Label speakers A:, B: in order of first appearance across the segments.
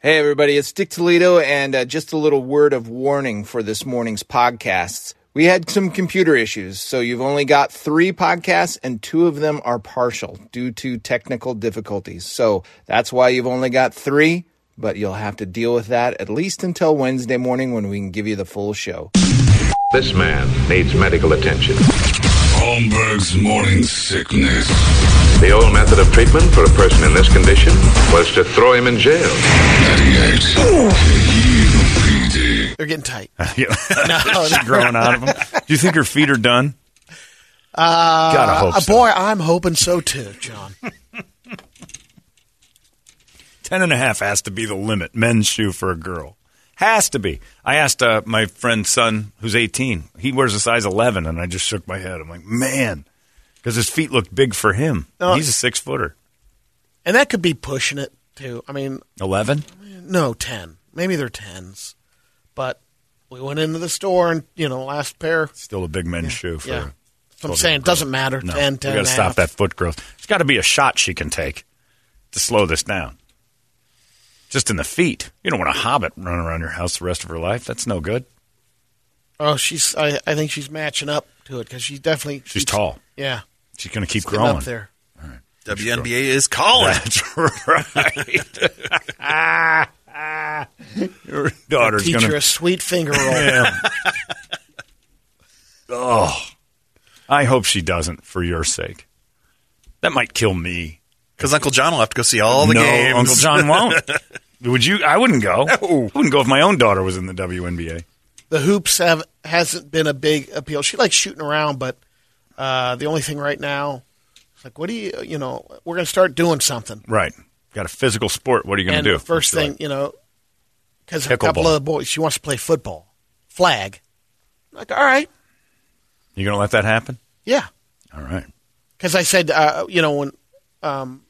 A: Hey, everybody, it's Dick Toledo, and uh, just a little word of warning for this morning's podcasts. We had some computer issues, so you've only got three podcasts, and two of them are partial due to technical difficulties. So that's why you've only got three, but you'll have to deal with that at least until Wednesday morning when we can give you the full show.
B: This man needs medical attention.
C: Holmberg's morning sickness.
B: The old method of treatment for a person in this condition was to throw him in jail.
C: 98. KUPD.
D: They're getting tight.
E: Yeah. She's growing out of them. Do you think her feet are done? Uh, Gotta hope
D: Uh,
E: so.
D: boy, I'm hoping so too, John.
E: Ten and a half has to be the limit. Men's shoe for a girl has to be. I asked uh, my friend's son, who's 18. He wears a size 11, and I just shook my head. I'm like, man, because his feet look big for him.
D: Oh.
E: He's a six footer.
D: And that could be pushing it too. I mean,
E: 11.
D: no, 10. Maybe they're 10s. But we went into the store and, you know, last pair.
E: Still a big men's shoe for.
D: yeah.
E: Yeah.
D: So I'm saying it doesn't matter.
E: No,
D: 10,
E: we
D: 10.
E: gotta
D: and a
E: stop
D: half.
E: that foot growth. There's got to be a shot she can take to slow this down. Just in the feet. You don't want a hobbit running around your house the rest of her life. That's no good.
D: Oh, she's, I, I think she's matching up to it because she's definitely.
E: She's tall.
D: Yeah.
E: She's going to keep
D: Getting
E: growing.
D: up there.
F: WNBA is calling.
E: That's right. Your daughter's
D: Teach her
E: going
D: a
E: to.
D: sweet finger roll.
E: Oh, I hope she doesn't for your sake. That might kill me.
F: Because Uncle John will have to go see all the
E: no,
F: games.
E: Uncle John won't. Would you? I wouldn't go. I wouldn't go if my own daughter was in the WNBA.
D: the hoops have hasn't been a big appeal. She likes shooting around, but uh, the only thing right now, it's like, what do you, you know, we're going to start doing something.
E: Right. Got a physical sport. What are you going
D: and
E: to do?
D: the first
E: She's
D: thing,
E: like,
D: you know, because a
E: Pickleball.
D: couple of the boys, she wants to play football, flag. Like, all right,
E: you going to let that happen?
D: yeah.
E: All right.
D: Because I said, uh, you know, when um,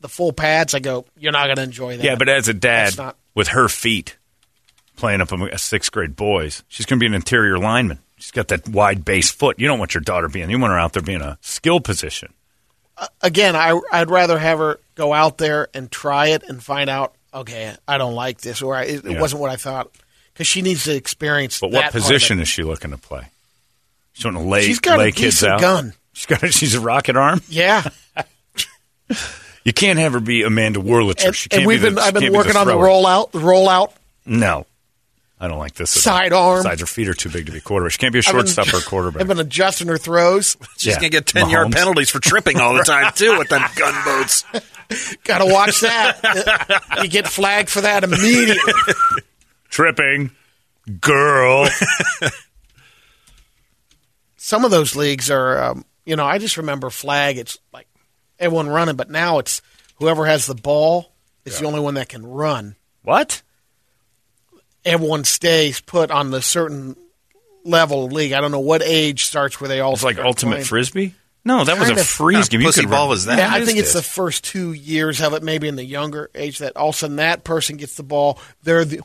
D: the full pads, I go, you're not going to enjoy that.
E: Yeah, but as a dad
D: That's not-
E: with her feet playing up a sixth grade boys, she's going to be an interior lineman. She's got that wide base foot. You don't want your daughter being. You want her out there being a skill position.
D: again, I I'd rather have her go out there and try it and find out. Okay, I don't like this, or I, it, it
E: Yeah.
D: wasn't what I thought. Because she needs to experience.
E: But
D: that
E: what
D: part of
E: position
D: it.
E: is she looking to play? She's going to lay,
D: She's got a
E: lay kids
D: decent
E: out.
D: gun.
E: She's got. She's a rocket arm.
D: Yeah,
E: You can't have her be Amanda Wurlitzer.
D: and,
E: she
D: and
E: can't
D: we've
E: be
D: been
E: the, she
D: I've been
E: can't be
D: working on the
E: thrower.
D: rollout. The rollout.
E: No, I don't like this. at all.
D: Side arm.
E: Besides, her feet are too big to be quarterback. She can't be a
D: I've been-
E: shortstop or quarterback.
D: I've been adjusting her throws.
F: She's
E: Yeah.
F: going to get 10 yard
E: Mahomes.
F: penalties for tripping all the time, too, with them gunboats.
D: Got to watch that. you get flagged for that immediately.
E: Tripping, girl.
D: Some of those leagues are, um, you know, I just remember flag. It's like everyone running, but now it's whoever has the ball is the only one that can run.
E: what?
D: everyone stays put on the certain level of league. I don't know what age starts where they all.
E: It's like
D: start
E: ultimate
D: playing.
E: frisbee. No, that was
D: Kind
E: a
D: of-
E: freeze game. You
F: Pussy
E: could
F: ball
E: run-
F: was that.
D: Yeah, I
F: What
D: think
F: is
D: it's the
F: this?
D: first two years of it, maybe in the younger age, that all of a sudden that person gets the ball. They're the,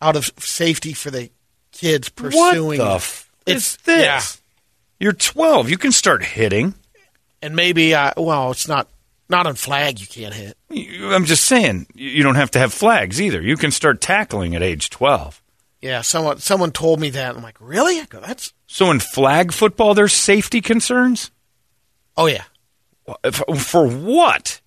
D: out of safety for the kids pursuing.
E: What the
D: it.
E: f- is this?
D: yeah.
E: You're 12. You can start hitting.
D: and maybe uh, well, it's not not on flag. You can't hit.
E: You- I'm just saying, you you don't have to have flags either. You can start tackling at age 12.
D: Yeah, someone someone told me that. I'm like, really? I go, that's
E: So in flag football, there's safety concerns?
D: oh yeah.
E: Wha- f- For what?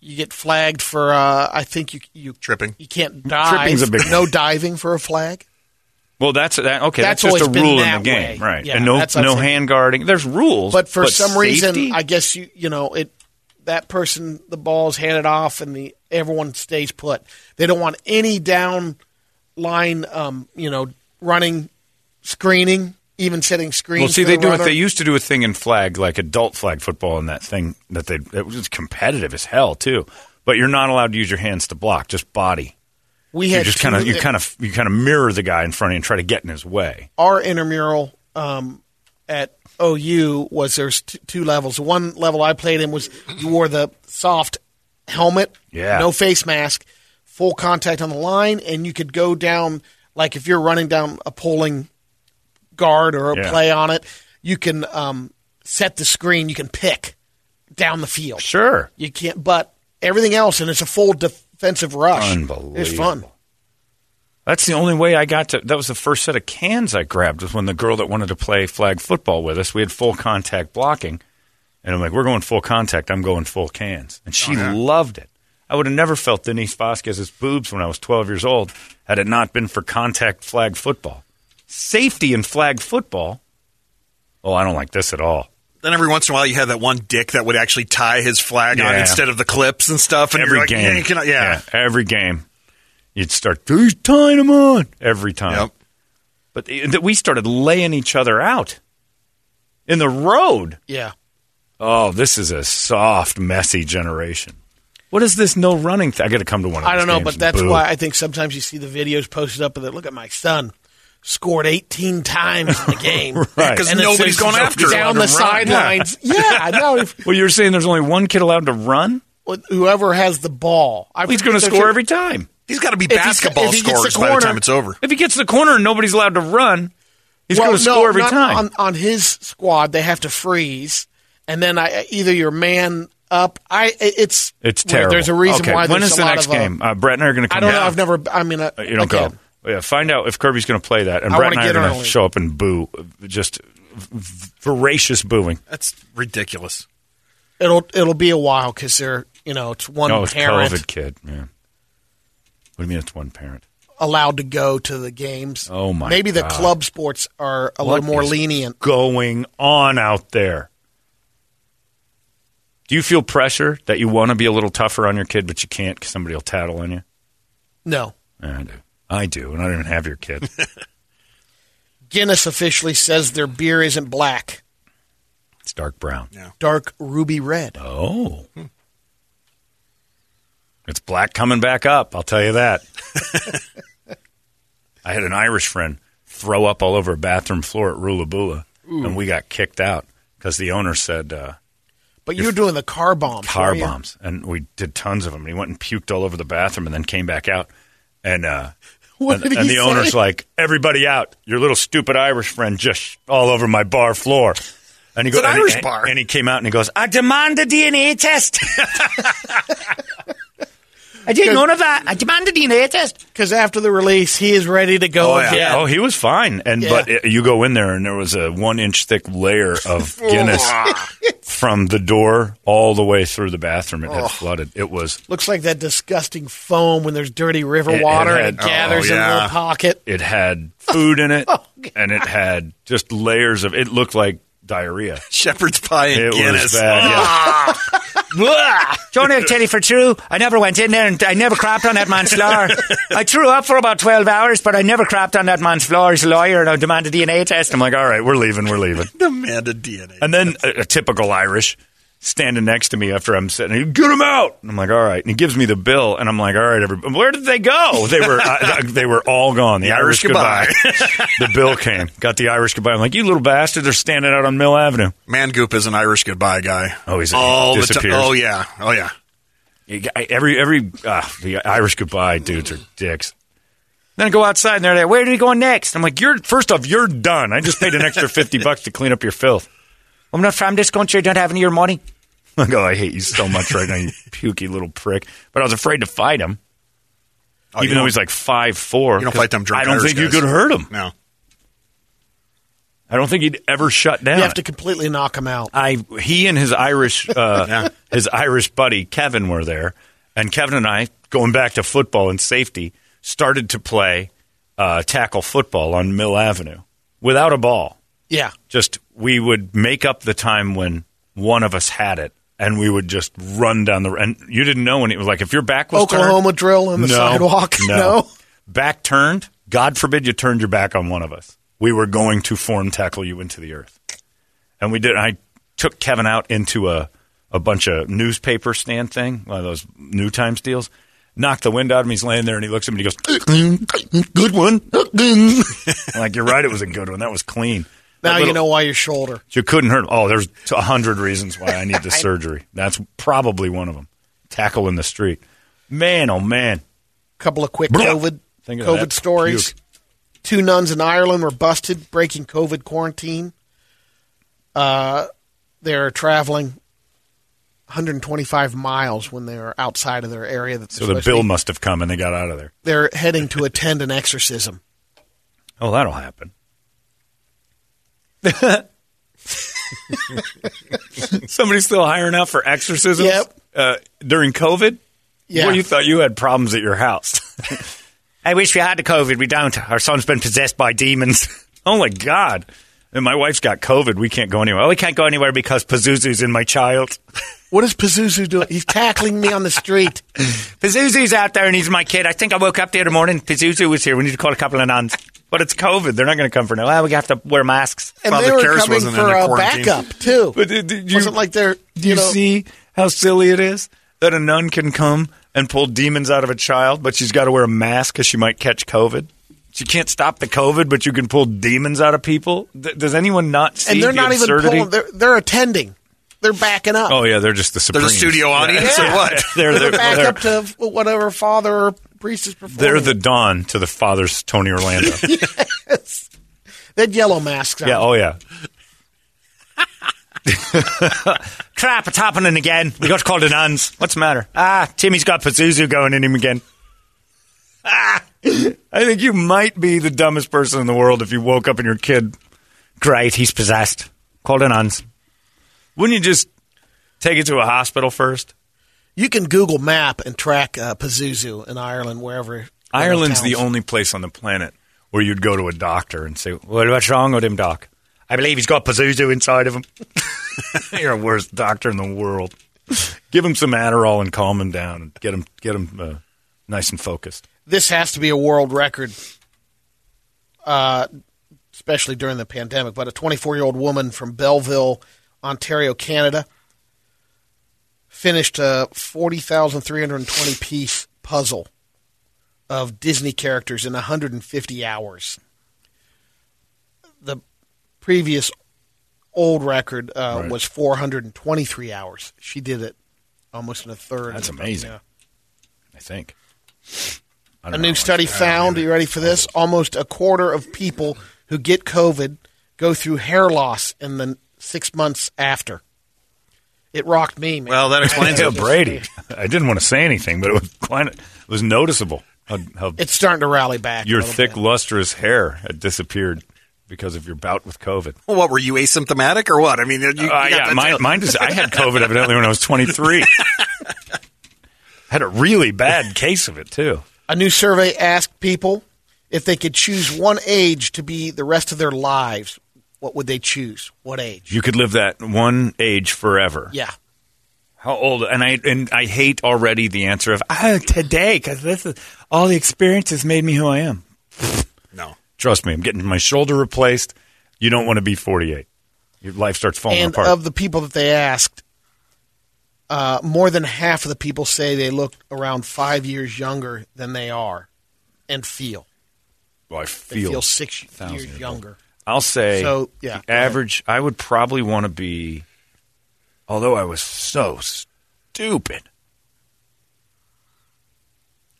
D: You get flagged for uh, I think you you
F: Tripping.
D: You can't dive.
E: Tripping's a big
D: no
E: one.
D: diving for a flag.
E: Well, that's that, okay.
D: That's
E: That's, just
D: always
E: a
D: been
E: rule in
D: that
E: the game,
D: way.
E: right?
D: Yeah,
E: and no,
D: that's what I'm
E: no
D: saying.
E: hand guarding. There's rules,
D: But for some
E: safety?
D: reason, I guess you you know it. That person, the ball's handed off, and the everyone stays put. They don't want any down line, um, you know, running, screening, even setting screens.
E: Well, see,
D: for
E: they
D: the
E: do it.
D: runner.
E: They used to do a thing in flag, like adult flag football, and that thing that they it was competitive as hell too. But you're not allowed to use your hands to block, just body.
D: we
E: You
D: had
E: just kind of
D: two-
E: you kind of you kind of mirror the guy in front of you and try to get in his way.
D: our intramural um, at OU was there's t- two levels. One level I played in was you wore the soft helmet,
E: Yeah.
D: no face mask, full contact on the line, and you could go down like if you're running down a pulling guard or a
E: Yeah.
D: play on it, you can um, set the screen. You can pick down the field.
E: Sure,
D: You can't, but everything else, and it's a full defensive rush. It's
E: Unbelievable.
D: fun.
E: That's the only way I got to. That was the first set of cans I grabbed was when the girl that wanted to play flag football with us. We had full contact blocking, and I'm like, "We're going full contact. I'm going full cans," and she
F: Uh-huh.
E: loved it. I would have never felt Denise Vasquez's boobs when I was 12 years old had it not been for contact flag football. Safety in flag football. Oh, I don't like this at all.
F: Then every once in a while, you had that one dick that would actually tie his flag on
E: Yeah.
F: instead of the clips and stuff. And
E: every
F: you're like,
E: game.
F: Yeah, you cannot- yeah.
E: every game. You'd start, he's tying him on every time.
F: Yep.
E: But th- we started laying each other out in the road.
D: Yeah.
E: Oh, this is a soft, messy generation. What is this no running thing? I got to come to one of
D: I
E: these
D: don't know,
E: games
D: but
E: and
D: that's
E: boo.
D: why I think sometimes you see the videos posted up and they look at my son scored 18 times in the game.
E: Right. 'cause
D: And it
F: nobody's
D: says
F: going
D: he's
F: after him.
D: Down the
E: Allowed to run.
D: sidelines. Yeah, no. If,
E: Well, you're saying there's only one kid allowed to run?
D: whoever has the ball. I
E: He's going to
D: forget-
E: score every time.
F: He's got to be
D: he's-
F: basketball
D: if he gets the
F: scorers by the
D: corner-
F: time it's over.
E: If he gets to the corner and nobody's allowed to run, he's
D: Well,
E: going to
D: no,
E: score every
D: not
E: time.
D: On, on his squad, they have to freeze, and then I, either your man up. I it's
E: it's
D: weird.
E: terrible.
D: There's a reason
E: okay.
D: why.
E: When
D: there's
E: is
D: a
E: the
D: lot
E: next
D: of, uh,
E: game? Uh, Brett and I are going to come
D: I don't
E: down.
D: know. I've never. I mean, uh,
E: You don't
D: again,
E: go. Yeah, find out if Kirby's going to play that, and
D: I
E: Brett
D: wanna
E: and I are
D: get
E: going to
D: early.
E: show up and boo, just v- voracious booing.
F: That's ridiculous.
D: It'll it'll be a while because they're you know it's one
E: No, Oh, it's
D: parent
E: COVID kid. Yeah. What do you mean it's one parent?
D: allowed to go to the games.
E: Oh, my
D: Maybe the
E: God.
D: club sports are a
E: What
D: little more
E: is
D: lenient.
E: Going on out there. Do you feel pressure that you want to be a little tougher on your kid, but you can't because somebody will tattle on you?
D: No,
E: Yeah, I do. I do, and I don't even have your kid.
D: Guinness officially says their beer isn't black,
E: it's dark brown.
D: dark ruby red.
E: Oh. It's black coming back up, I'll tell you that. I had an Irish friend throw up all over a bathroom floor at Rulabula, and we got kicked out because the owner said uh,
D: But you're doing the car bombs.
E: car
D: weren't you?
E: bombs. And we did tons of them. And he went and puked all over the bathroom and then came back out. And, uh,
D: What
E: and,
D: did he
E: and the
D: say?
E: owner's like, everybody out. Your little stupid Irish friend just sh- all over my bar floor. And he goes,
F: an
E: and,
F: Irish
E: and-
F: bar.
E: and he came out and he goes, I demand a DNA test. I didn't know that. I demand a DNA test.
D: Because after the release, he is ready to go again.
E: Oh, he was fine. And
D: Yeah.
E: but uh, you go in there and there was a one inch thick layer of Guinness from the door all the way through the bathroom. It
D: Oh.
E: had flooded. It was
D: Looks like that disgusting foam when there's dirty river
E: It- it
D: water
E: had-
D: and it gathers
F: oh,
D: in a
F: yeah.
D: little pocket.
E: it had food in it
D: Oh,
E: and it had just layers of it looked like diarrhea.
F: Shepherd's pie and
E: It
F: Guinness.
E: was bad. yeah.
G: Don't have Teddy for true. I never went in there and I never crapped on that man's floor. I threw up for about 12 hours, but I never crapped on that man's floor. He's a lawyer and I demanded DNA test.
E: I'm like, all right, we're leaving, we're leaving.
F: Demand a DNA.
E: And then a, a typical Irish standing next to me after I'm sitting, he, get him out. And I'm like, all right. And he gives me the bill, and I'm like, all right, everybody, where did they go? They were I, they were all gone. The, Irish,
F: Irish
E: goodbye. the bill came, got the Irish goodbye. I'm like, you little bastard, they're standing out on Mill Avenue.
F: Mangoop is an Irish goodbye guy.
E: Oh, he's- he
F: all the time.
E: disappears.
F: Oh yeah. Oh yeah.
E: You got- Every every uh, the Irish goodbye dudes are dicks. Then I go outside and they're like, "Where are you going next?" I'm like, "You're first off, you're done. I just paid an extra fifty bucks to clean up your filth."
G: I'm not from this country. I don't have any of your money.
E: I go, "I hate you so much right now, you pukey little prick." But I was afraid to fight him,
F: Oh, you
E: even though
F: don't-
E: he's like five four.
F: you don't fight them drunk.
E: I don't
F: Irish
E: think you
F: guys.
E: could hurt him.
F: No.
E: I don't think he'd ever shut down.
D: You have to completely knock him out.
E: I he and his Irish uh,
F: Yeah.
E: his Irish buddy Kevin were there, and Kevin and I going back to football and safety started to play uh, tackle football on Mill Avenue without a ball.
D: Yeah.
E: Just we would make up the time when one of us had it, and we would just run down the and you didn't know when it was like if your back was turned-
D: Oklahoma drill in the
E: no,
D: sidewalk.
E: No.
D: No.
E: back turned. God forbid you turned your back on one of us. We were going to form tackle you into the earth, and we did. I took Kevin out into a a bunch of newspaper stand thing, one of those New Times deals. Knocked the wind out of him. He's laying there, and he looks at me. and He goes, "Mm, "Good one." I'm like you're right, it was a good one. That was clean.
D: Now
E: That
D: you
E: little-
D: know why your shoulder.
E: you couldn't hurt him. Oh, there's t- a hundred reasons why I need the surgery. That's probably one of them. Tackle in the street. Man, oh man.
D: couple of quick
E: Blah.
D: COVID
E: Think of
D: COVID
E: that
D: stories.
E: puke.
D: Two nuns in Ireland were busted breaking COVID quarantine. Uh, they're traveling 125 miles when they're outside of their area. That
E: So the bill must have come and they got out of there.
D: They're heading to attend an exorcism.
E: Oh, that'll happen. Somebody's still hiring out for exorcisms
D: Yep.
E: uh, during COVID.
D: Yeah.
E: Well, you thought you had problems at your house.
G: I wish we had the COVID. We don't. Our son's been possessed by demons.
E: oh my God! And my wife's got COVID. We can't go anywhere.
G: well, we can't go anywhere because Pazuzu's in my child.
D: What is Pazuzu doing? He's tackling me on the street.
G: Pazuzu's out there and he's my kid. I think I woke up the other morning. Pazuzu was here. We need to call a couple of nuns. But it's COVID. They're not going to come for now. Well, we have to wear masks.
D: And
F: Father
D: they were
F: Karras
D: coming
F: wasn't
D: for
F: in a
D: a
F: quarantine.
D: backup, too.
E: But uh, did you,
D: wasn't like they're,
E: do
D: you,
E: you
D: know,
E: see how silly it is that a nun can come and pull demons out of a child, but she's got to wear a mask because she might catch COVID. She can't stop the COVID, but you can pull demons out of people. Th- does anyone not see
D: and they're
E: the
D: not even
E: absurdity?
D: pulling, they're, they're attending. They're backing up.
E: oh yeah, they're just the
F: They're
E: Supremes.
F: the studio audience or what?
E: They're,
D: they're
E: they're,
D: the
E: they're,
D: backup to whatever father or priest is performing.
E: they're the Don to the father's Tony Orlando.
D: They had yellow masks on.
E: yeah, oh yeah.
G: Crap, it's happening again. We got to call the nuns. What's the matter? Ah, Timmy's got Pazuzu going in him again.
E: Ah, I think you might be the dumbest person in the world if you woke up and your kid.
G: Great, he's possessed. Call the nuns.
E: Wouldn't you just take it to a hospital first?
D: You can Google map and track uh, Pazuzu in Ireland, wherever.
E: Ireland's the
D: towns.
E: only place on the planet where you'd go to a doctor and say,
G: Well, what's wrong with him, Doc? I believe he's got Pazuzu inside of him.
E: "You're the worst doctor in the world." Give him some Adderall and calm him down and get him get him uh, nice and focused.
D: This has to be a world record, uh, especially during the pandemic. But a 24 year old woman from Belleville, Ontario, Canada, finished a 40,320 piece puzzle of Disney characters in 150 hours. The previous old record uh, was 423 hours. She did it almost in a third.
E: That's amazing. I think. I
D: A
E: don't know
D: new
E: how much-
D: study found, are you ready for this? Almost a quarter of people who get COVID go through hair loss in the six months after. It rocked me, man.
F: Well, that explains
E: Yeah,
F: it.
E: Brady. I didn't want to say anything, but it was quite, it was noticeable how, how
D: it's starting to rally back. a
E: your
D: little
E: thick,
D: bit.
E: lustrous hair had disappeared because of your bout with COVID.
F: Well, what were you asymptomatic or what? I mean, you, you
E: Uh,
F: got
E: yeah,
F: that
E: mine,
F: too.
E: mine just, I had COVID evidently when I was 23. had a really bad case of it, too.
D: A new survey asked people if they could choose one age to be the rest of their lives, what would they choose? What age?
E: You could live that one age forever.
D: Yeah.
E: How old? And I and I hate already the answer of ah, today because this is all the experiences made me who I am.
F: No.
E: Trust me, I'm getting my shoulder replaced. You don't want to be 48. Your life starts falling
D: and
E: apart.
D: of the people that they asked, uh, more than half of the people say they look around five years younger than they are and feel.
E: Well, Oh, I
D: They
E: feel.
D: feel, six
E: thousand
D: years
E: years old.
D: younger.
E: I'll say
D: So, yeah,
E: the
D: go ahead.
E: average. I would probably want to be, although I was so stupid.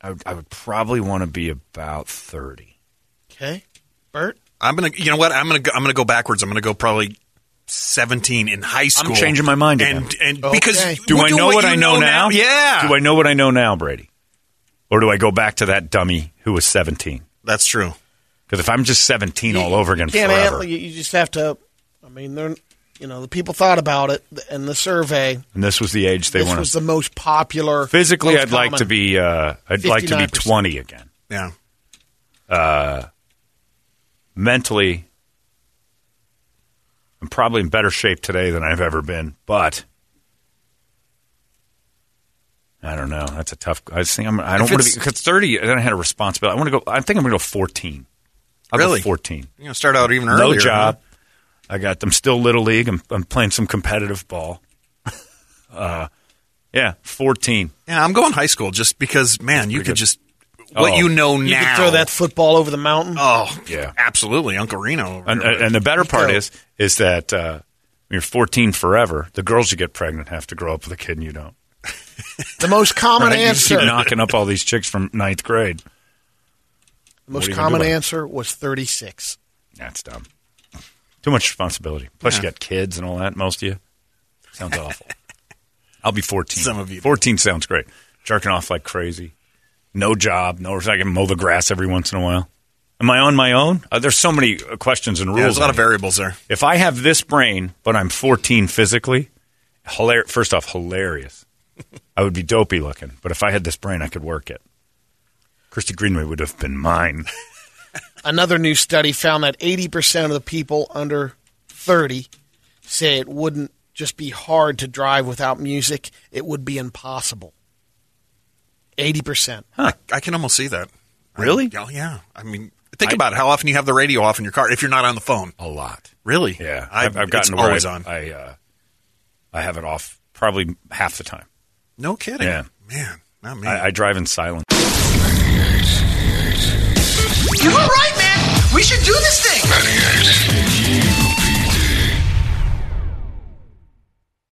E: I would, I would probably want to be about 30.
D: Okay, Bert.
F: I'm gonna. You know what? I'm gonna. Go, I'm gonna go backwards. I'm gonna go probably. 17 in high school.
E: changing my mind again.
F: And, and because
D: Okay.
E: Do
F: we
E: I know what,
F: you
E: I know, now?
F: Yeah.
E: Do I know what I know now, Brady? Or do I go back to that dummy who was 17?
F: That's true.
E: Because if I'm just 17 all
D: You-
E: over again
D: you can't
E: forever,
D: handle- you, you just have to. I mean, they're you know the people thought about it in the survey.
E: and this was the age they
D: this
E: want
D: was
E: to.
D: the most popular.
E: Physically,
D: most
E: I'd like to
D: common.
E: be. Uh, I'd like to be
D: 59%.
E: 20 again.
F: Yeah.
E: Mentally, I'm probably in better shape today than I've ever been. But I don't know. That's a tough. I think I'm, I don't want
F: If
E: to
F: it's-
E: be because 30. Then I had a responsibility. I want to go. I think I'm going to go 14. I'll
F: Really?
E: go 14.
F: You're gonna start out even
E: no
F: earlier.
E: job. I got. I'm still little league. I'm, I'm playing some competitive ball. uh, yeah, 14.
F: Yeah, I'm going high school just because, man, you could just what
E: Oh.
F: you know now.
D: You could throw that football over the mountain.
F: Oh,
E: Yeah.
F: absolutely, Uncle Reno. over
E: And,
F: there.
E: and the better part
D: go.
E: is is that uh, when you're 14 forever. The girls you get pregnant have to grow up with a kid, and you don't.
D: the most common
E: Right? You just
D: answer.
E: keep knocking up all these chicks from ninth grade.
D: the
E: what are
D: most
E: you gonna
D: common
E: do about it?
D: answer was thirty six.
E: That's dumb. Too much responsibility. Plus, you got kids and all that. Most of you sounds awful. I'll be 14.
F: Some of you.
E: 14 sounds great. Jerking off like crazy. No job. No, I can mow the grass every once in a while. Am I on my own? Uh, there's so many uh, questions and rules.
F: Yeah, there's
E: on
F: a lot of
E: here.
F: variables there.
E: If I have this brain, but I'm 14 physically, hilar- first off, hilarious. I would be dopey looking, but if I had this brain, I could work it. Christy Greenway would have been mine.
D: Another new study found that 80% of the people under 30 say it wouldn't just be hard to drive without music, it would be impossible. 80%.
F: I can almost see that.
E: Really?
F: I, oh, yeah. I mean, think about it. How often you have the radio off in your car if you're not on the phone?
E: A lot.
F: Really?
E: Yeah,
F: I,
E: I've, I've gotten
F: it's
E: to where
F: always
E: I,
F: on.
E: I, uh, I have it off probably half the time.
F: no kidding.
E: Yeah.
F: Man, not me.
E: I, I drive in silence.
H: You're all right, man. We should do this thing.
C: 98.